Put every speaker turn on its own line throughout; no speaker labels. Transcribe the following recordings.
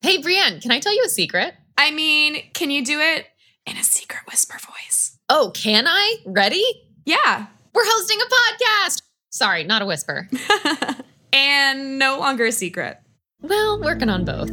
Hey, Brienne, can I tell you a secret?
I mean, can you do it in a secret whisper voice?
Oh, can I? Ready?
Yeah.
We're hosting a podcast. Sorry, not a whisper.
and no longer a secret.
Well, working on both.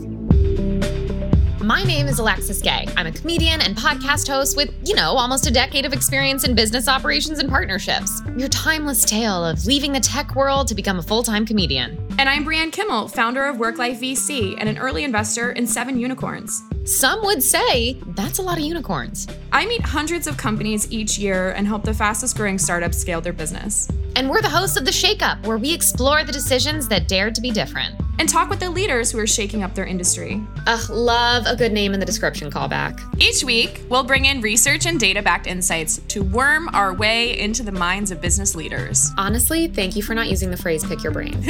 My name is Alexis Gay. I'm a comedian and podcast host with, you know, almost a decade of experience in business operations and partnerships. Your timeless tale of leaving the tech world to become a full time comedian.
And I'm Brienne Kimmel, founder of WorkLife VC and an early investor in Seven Unicorns.
Some would say that's a lot of unicorns.
I meet hundreds of companies each year and help the fastest growing startups scale their business.
And we're the hosts of The Shake Up, where we explore the decisions that dared to be different.
And talk with the leaders who are shaking up their industry.
Ugh, love a good name in the description callback.
Each week, we'll bring in research and data backed insights to worm our way into the minds of business leaders.
Honestly, thank you for not using the phrase pick your brain.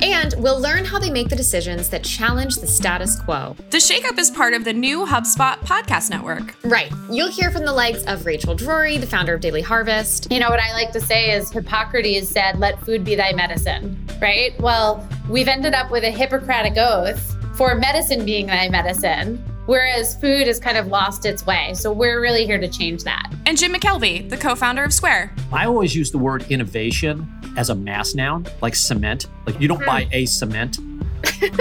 and we'll learn how they make the decisions that challenge the status quo.
The shakeup is part of the new HubSpot podcast network.
Right. You'll hear from the likes of Rachel Drury, the founder of Daily Harvest.
You know what I like to say is Hippocrates said, let food be thy medicine, right? Well, we've ended up with a Hippocratic oath for medicine being thy medicine whereas food has kind of lost its way. So we're really here to change that.
And Jim McKelvey, the co founder of Square.
I always use the word innovation as a mass noun, like cement. Like you don't buy a cement.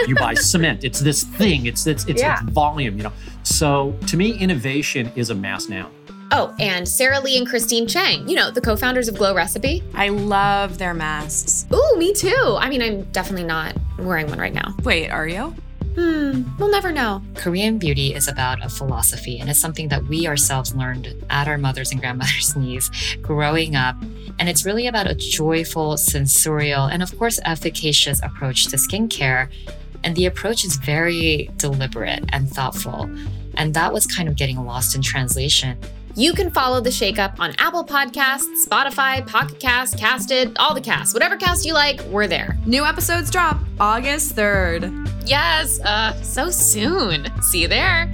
you buy cement. It's this thing. It's it's it's,
Yeah.
it's volume, you know. So to me, innovation is a mass noun.
Oh, and Sarah Lee and Christine Chang, you know, the co founders of Glow Recipe.
I love their masks.
Ooh, me too. I mean, I'm definitely not wearing one right now.
Wait, are you?
Hmm, we'll never know.
Korean beauty is about a philosophy, and it's something that we ourselves learned at our mothers' and grandmothers' knees growing up. And it's really about a joyful, sensorial, and of course, efficacious approach to skincare. And the approach is very deliberate and thoughtful. And that was kind of getting lost in translation.
You can follow The Shake Up on Apple Podcasts, Spotify, Pocket Cast, Casted, all the casts. Whatever cast you like, we're there.
New episodes drop August 3rd.
Yes, uh, so soon. See you there.